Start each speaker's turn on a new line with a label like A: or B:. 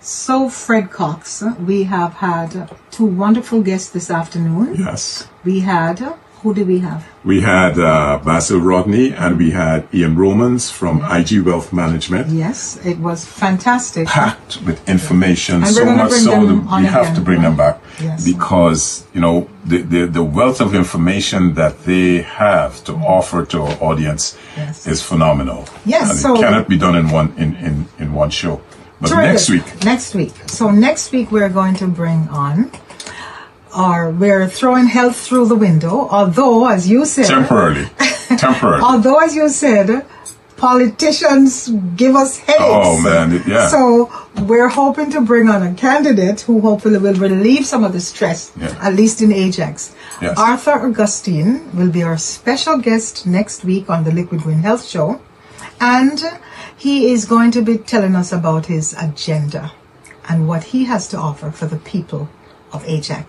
A: So, Fred Cox, we have had two wonderful guests this afternoon.
B: Yes.
A: We had, who did we have?
B: We had uh, Basil Rodney and we had Ian Romans from IG Wealth Management,
A: Yes, it was fantastic.
B: packed with information.
A: And we're
B: so
A: gonna
B: much
A: bring
B: so
A: them
B: that
A: on
B: we have to
A: again,
B: bring them back
A: Yes.
B: because you know the, the the wealth of information that they have to offer to our audience
A: Yes.
B: is phenomenal.
A: Yes,
B: and
A: so-
B: it cannot be done in one in in, in one show. But
A: Terrific.
B: next week,
A: Next week. So, next week we're going to bring on, or we're throwing health through the window, although, as you said,
B: temporarily, temporarily.
A: although, as you said, politicians give us headaches.
B: Oh, man, it- yeah.
A: So we're hoping to bring on a candidate who hopefully will relieve some of the stress,
B: Yeah.
A: at least in Ajax.
B: Yes.
A: Arthur Augustine will be our special guest next week on the Liquid Green Health Show, and he is going to be telling us about his agenda and what he has to offer for the people of Ajax.